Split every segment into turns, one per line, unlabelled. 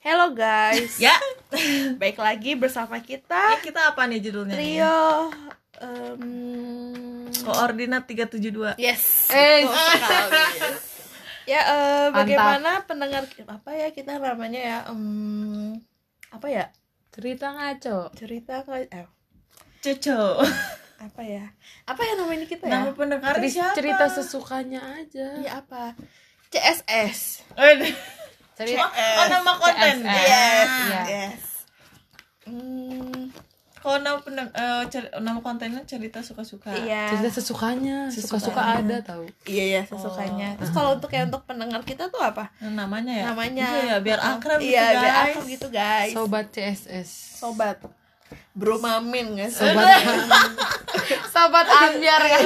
Hello guys,
Ya,
baik lagi bersama
ini
kita
kita apa nih judulnya? nih?
trio
ya?
em,
Koordinat 372.
yes.
Eh,
betul sekali. ya eh, bagaimana pendengar apa ya kita namanya ya em, apa ya
cerita ngaco.
cerita nggak- eh,
Coco.
apa ya apa ya namanya kita ya?
Nama pendengar
Ceri-
siapa?
cerita sesukanya aja.
Iya apa? CSS.
Waduh.
Cerita
eh,
Oh, nama konten.
CSS. Iya.
Ah, Yes. Hmm,
Kalau nama pendeng- eh, cer- nama kontennya cerita suka-suka.
iya.
cerita sesukanya, suka-suka
Sesukanya.
ada tahu.
Iya ya sesukanya. Terus kalau untuk kayak untuk pendengar kita tuh apa?
Nah, namanya ya.
Namanya.
Iya, ya, biar akrab gitu,
Iya, biar
guys.
akrab gitu guys.
Sobat CSS.
sobat bro mamin nggak sih
Sobat Sobat ambiar ya.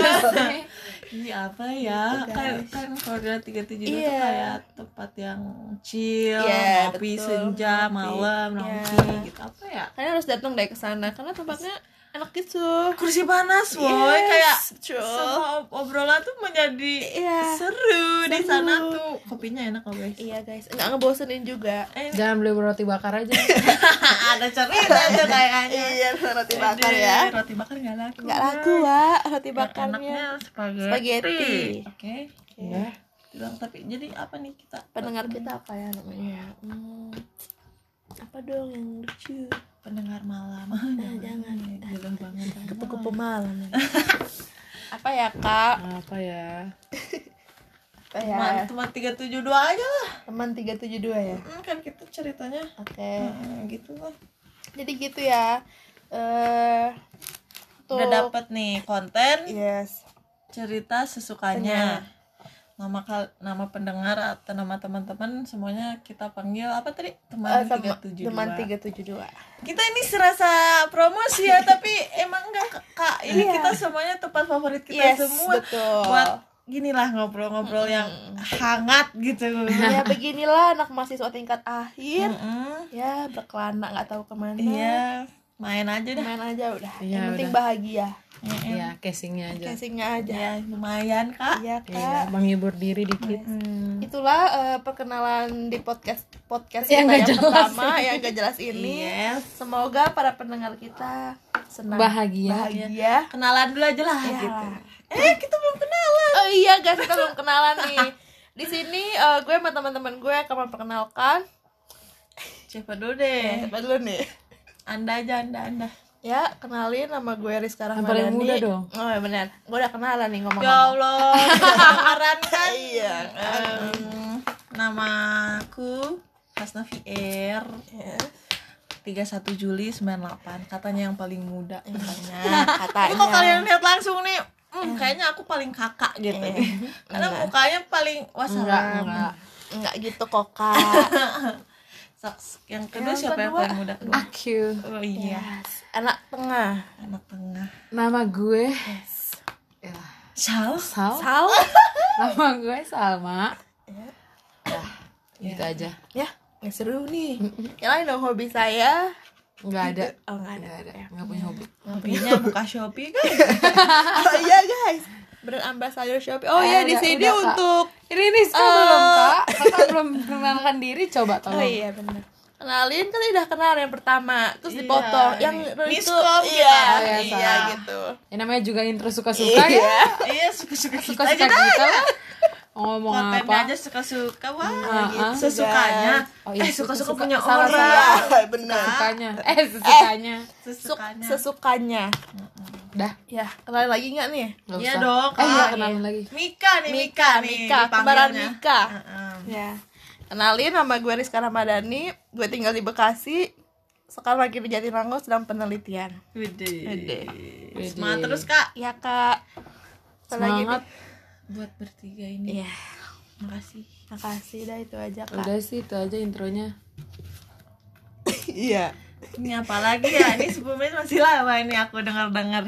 Ini apa ya?
Gitu, guys.
Kayak kan koordinat 372 itu
Iya.
kayak tempat yang chill,
Iya,
ngopi
betul.
senja,
Ngopi.
malam,
Iya.
nongki gitu. Apa ya?
kalian harus datang deh ke sana karena tempatnya enak gitu
Kursi panas, boy.
Yes,
Kayak
true.
semua ob- obrolan tuh menjadi
Iya.
seru, di
Seru.
sana tuh. Kopinya enak loh, guys.
iya guys nggak ngebosenin juga
Eh,
Jangan beli roti bakar aja.
ada cerita aja kayaknya.
iya roti
Aduh, Roti bakar nggak laku.
nggak laku wa roti
Yang enaknya
bakarnya
spaghetti.
Spaghetti.
Oke.
Ya.
Bilang, tapi jadi apa nih kita?
pendengar kita apa ya namanya hmm, apa dong yang lucu
Pendengar malam.
jangan.
Jodoh banget.
kepo
ya.
malam apa ya kak
Apa ya?
apa ya
Teman, teman 372 aja lah.
teman 372 ya
Hmm, kan kita ceritanya
oke
eh, gitu lah.
jadi gitu ya eh tuh
Udah dapet nih konten
yes
cerita sesukanya. Nama kal- nama pendengar atau nama teman-teman semuanya kita panggil apa tadi?
Eh,
Teman
tem-
372.
teman 372
kita ini serasa promosi ya tapi emang enggak kak ini
Iya.
kita semuanya tempat favorit kita
Yes,
semua
betul.
buat gini lah ngobrol-ngobrol yang hangat gitu
ya beginilah anak mahasiswa tingkat akhir
Mm-mm.
ya berkelana nggak tahu kemana
iya main aja dah
main aja udah
Iya,
yang penting
udah.
bahagia
Mm-mm.
Ya, casingnya aja.
casingnya aja
ya lumayan kak
iya
Iya,
kak
menghibur diri dikit.
Mm.
itulah eh, perkenalan di podcast podcast
Yang
kita
nggak
yang
jelas.
pertama yang gak jelas ini
yes
semoga para pendengar kita senang
Bahagia.
bahagia
kenalan dulu aja lah
Iya.
gitu eh kita belum kenalan
oh iya guys kita belum kenalan nih di sini eh, gue sama teman-teman gue akan memperkenalkan
siapa dulu deh
siapa dulu nih
anda aja anda anda
Ya, kenalin nama gue Rizka
Yang
Rahmadani.
paling muda dong.
Oh, ya benar. Gue udah kenalan nih ngomong.
ya allah kemarin kan
Iya.
Em, nama aku Hasna VR 31 Juli 98 katanya yang paling muda
Katanya, katanya.
tapi kok kalian lihat langsung nih hmm, kayaknya aku paling kakak gitu deh. karena mukanya paling
Enggak,
wassalam
enggak.
Enggak gitu kok, Kak.
Saks. yang kedua
Yang
siapa yang
kedua,
paling muda
Ah. Aku.
oh iya
Yes. Anak tengah.
anak tengah
Nama gue
Yes.
ya,
Sal
Sal.
Sal.
Nama gue Salma. Dah, gitu aja.
ya, nggak seru nih. Yang lain dong hobi saya.
Enggak ada.
Oh, enggak ada.
Enggak ada. Enggak punya hobi.
hobinya buka Shopee kan
Oh iya, guys. Brand ambassador Shopee. Oh iya,
Eh,
di
udah-
sini
udah, Kak.
untuk
Ini Rizka belum kak, kakak belum perkenalkan diri, coba tolong.
Oh iya, benar. Kenalin kan udah kenal yang pertama, terus dipotong.
Iya,
Yang
ini.
itu
Miskom
iya,
kita.
Oh, iya,
iya
salah.
gitu.
Ini namanya juga intro suka-suka ya,
iya suka-suka kita
suka-suka
aja dah.
kita lah. Ngomong
kontennya
apa?
aja suka-suka wah
Ah,
gitu,
ah.
sesukanya
Oh, iya,
eh suka-suka
suka-suka.
punya
Salah,
orang
Iya, benar.
Sukanya, eh sesukanya,
Suk-
sesukanya
sesukanya.
dah.
Ya, kenalin lagi nggak nih?
nggak
Iya
usah.
dong,
Eh iya
Kak.
kenalan lagi.
Mika nih Mika, nih
Mika, kembaran Mika.
Heeh.
Ya. Kenalin nama gue Rizka Ramadhani, gue tinggal di Bekasi. Sekarang lagi di Jatinangor sedang penelitian.
Wede.
Wede.
Semangat terus kak
Ya, Kak. Apa lagi
Semangat.
buat bertiga
nih?
ini.
Iya.
Eh, Makasih.
Makasih dah itu aja, Kak.
Udah sih itu aja intronya.
Iya.
Ini apa lagi ya? Ini 10 menit masih lama ini aku dengar-dengar.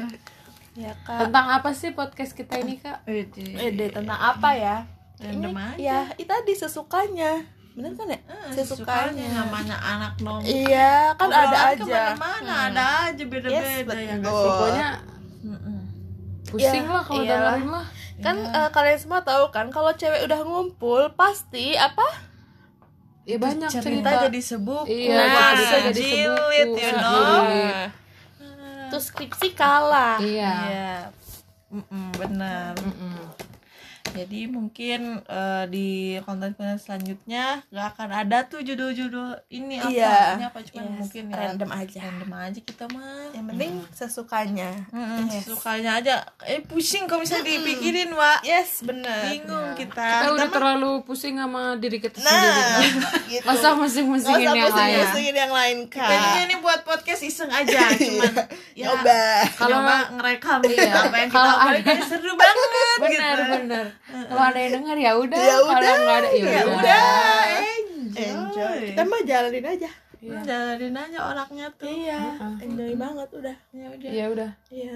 Ya, Kak.
Tentang apa sih podcast kita ini kak?
Eh, deh, tentang apa ya?
Random aja.
ya, itu tadi sesukanya. Bener kan ya?
Sesukanya namanya anak nom.
Iya, kan ada
Obrolan
aja.
Kemana-mana ada aja
Yes,
beda-beda ya.
betul.
guys.
Pokoknya
Mm-mm.
pusing
Ya,
lah kalau
iyalah.
dengerin lah.
Iya. Kan eh, kalian semua tahu kan kalau cewek udah ngumpul pasti apa?
ya banyak cerita,
cerita jadi sebut
Iya,
Nah,
cerita jadi
jilid,
sebuku,
you
nah,
know.
jilid.
Iya. Terus skripsi kalah.
Iya.
Iya. Mm-mm, benar.
Mm-mm.
Jadi mungkin eh, di konten-konten selanjutnya nggak akan ada tuh judul-judul ini apa,
Iya.
ini apa cuman
Yes,
mungkin ya,
random aja.
random aja kita mah.
Yang penting sesukanya.
Mm-mm,
Yes.
Sukanya aja. Eh pusing kalau misalnya dipikirin, Wak.
Yes, bener.
Bingung kita.
Iya. Kita udah
Kita
terlalu pusing sama diri kita sendiri.
Nah, gitu.
Masa
Nggak
musing-musingin
usah
yang lain.
pusing-pusingin Iya, yang lain, Kak.
pengennya Iya.
Iya,
ini buat podcast iseng aja, cuman ya
Coba.
Kalau-
kalau ngerekam
Iya.
apa yang kita
Kalau
obrolin
ada-
jadi seru banget
Benar,
gitu.
benar. Kalau ada yang dengar ya udah,
Ya
kalau
udah,
nggak ada ya,
Ya
udah.
udah,
Enjoy.
enjoy.
Kita mah jalanin aja.
Hmm, jalanin aja orangnya tuh.
Iya, enjoy banget udah. Ya udah.
Ya udah.
Iya.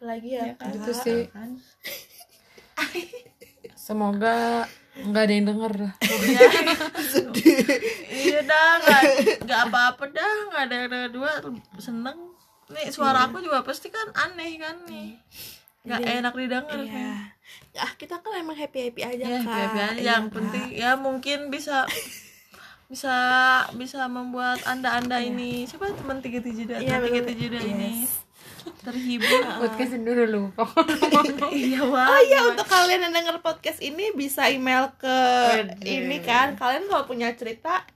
Apalagi ya, Kak.
Itu sih. Semoga nggak ada yang denger dah.
Iya dah, nggak nggak apa-apa dah, nggak ada yang ada dua seneng. Nih suara aku juga pasti kan aneh kan nih, nggak enak didengar
Iya.
kan.
Ah, kita kan emang happy-happy aja,
Ya,
Kak.
biar-biar
Iya,
yang
Kak.
penting ya mungkin bisa bisa bisa membuat anda anda ini siapa teman tiga tujuh dua
Iya,
teman tiga
betul.
tujuh dua ini terhibur
Podcast dulu lupa.
iya
Oh
wah
iya untuk kalian yang denger podcast ini bisa email ke
Waduh.
ini kan kalian kalau punya cerita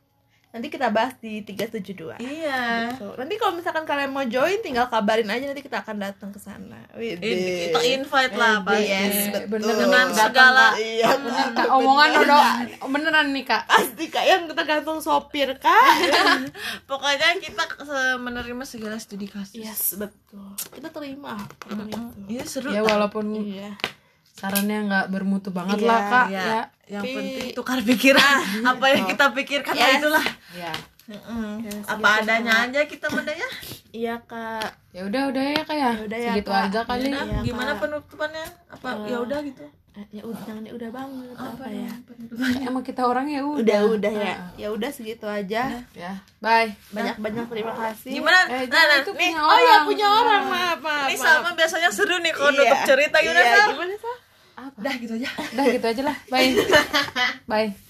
nanti kita bahas di 372
iya
So, nanti kalau misalkan kalian mau join tinggal kabarin aja nanti kita akan datang ke sana. Widih.
In- kita invite lah pasti
Yes, betul.
bener.
dengan
Datang,
segala
Iya, Kak.
Kak, Nah, omongan udah beneran nih kak.
pasti kak yang tergantung sopir kan? kak.
pokoknya kita se- menerima segala studi kasus
yes betul. Kita terima. terima.
ini seru
Ya
tau.
walaupun
Iya.
sarannya nggak bermutu banget
Iya,
lah kak.
Iya.
Ya.
yang
Tapi-
penting tukar pikiran apa yang kita pikirkan lah
Yes. gitu
itulah
Ya.
Mm-mm. apa adanya aja kita mendanya
Iya kak.
Ya udah udah ya kak ya.
Ya udah ya,
Segitu
Kak.
aja kali.
Ya udah. Iya,
Nah, gimana
Kak.
penutupannya apa ya udah gitu
Eh, Ya udah jangan ya udah banget apa, ya.
Emang kita orang ya udah.
Udah udah ya. Ya udah segitu aja.
Ya. Bye.
Banyak-banyak terima kasih.
gimana nah,
Eh, jangan
nah,
itu
nih
punya
Oh ya
orang.
punya orang maaf maaf.
ini
maaf.
sama biasanya seru nih kalau
Iya.
nutup cerita gimana
Iya,
Sal?
gimana Sal?
udah gitu aja
Udah gitu aja lah. Bye. Bye.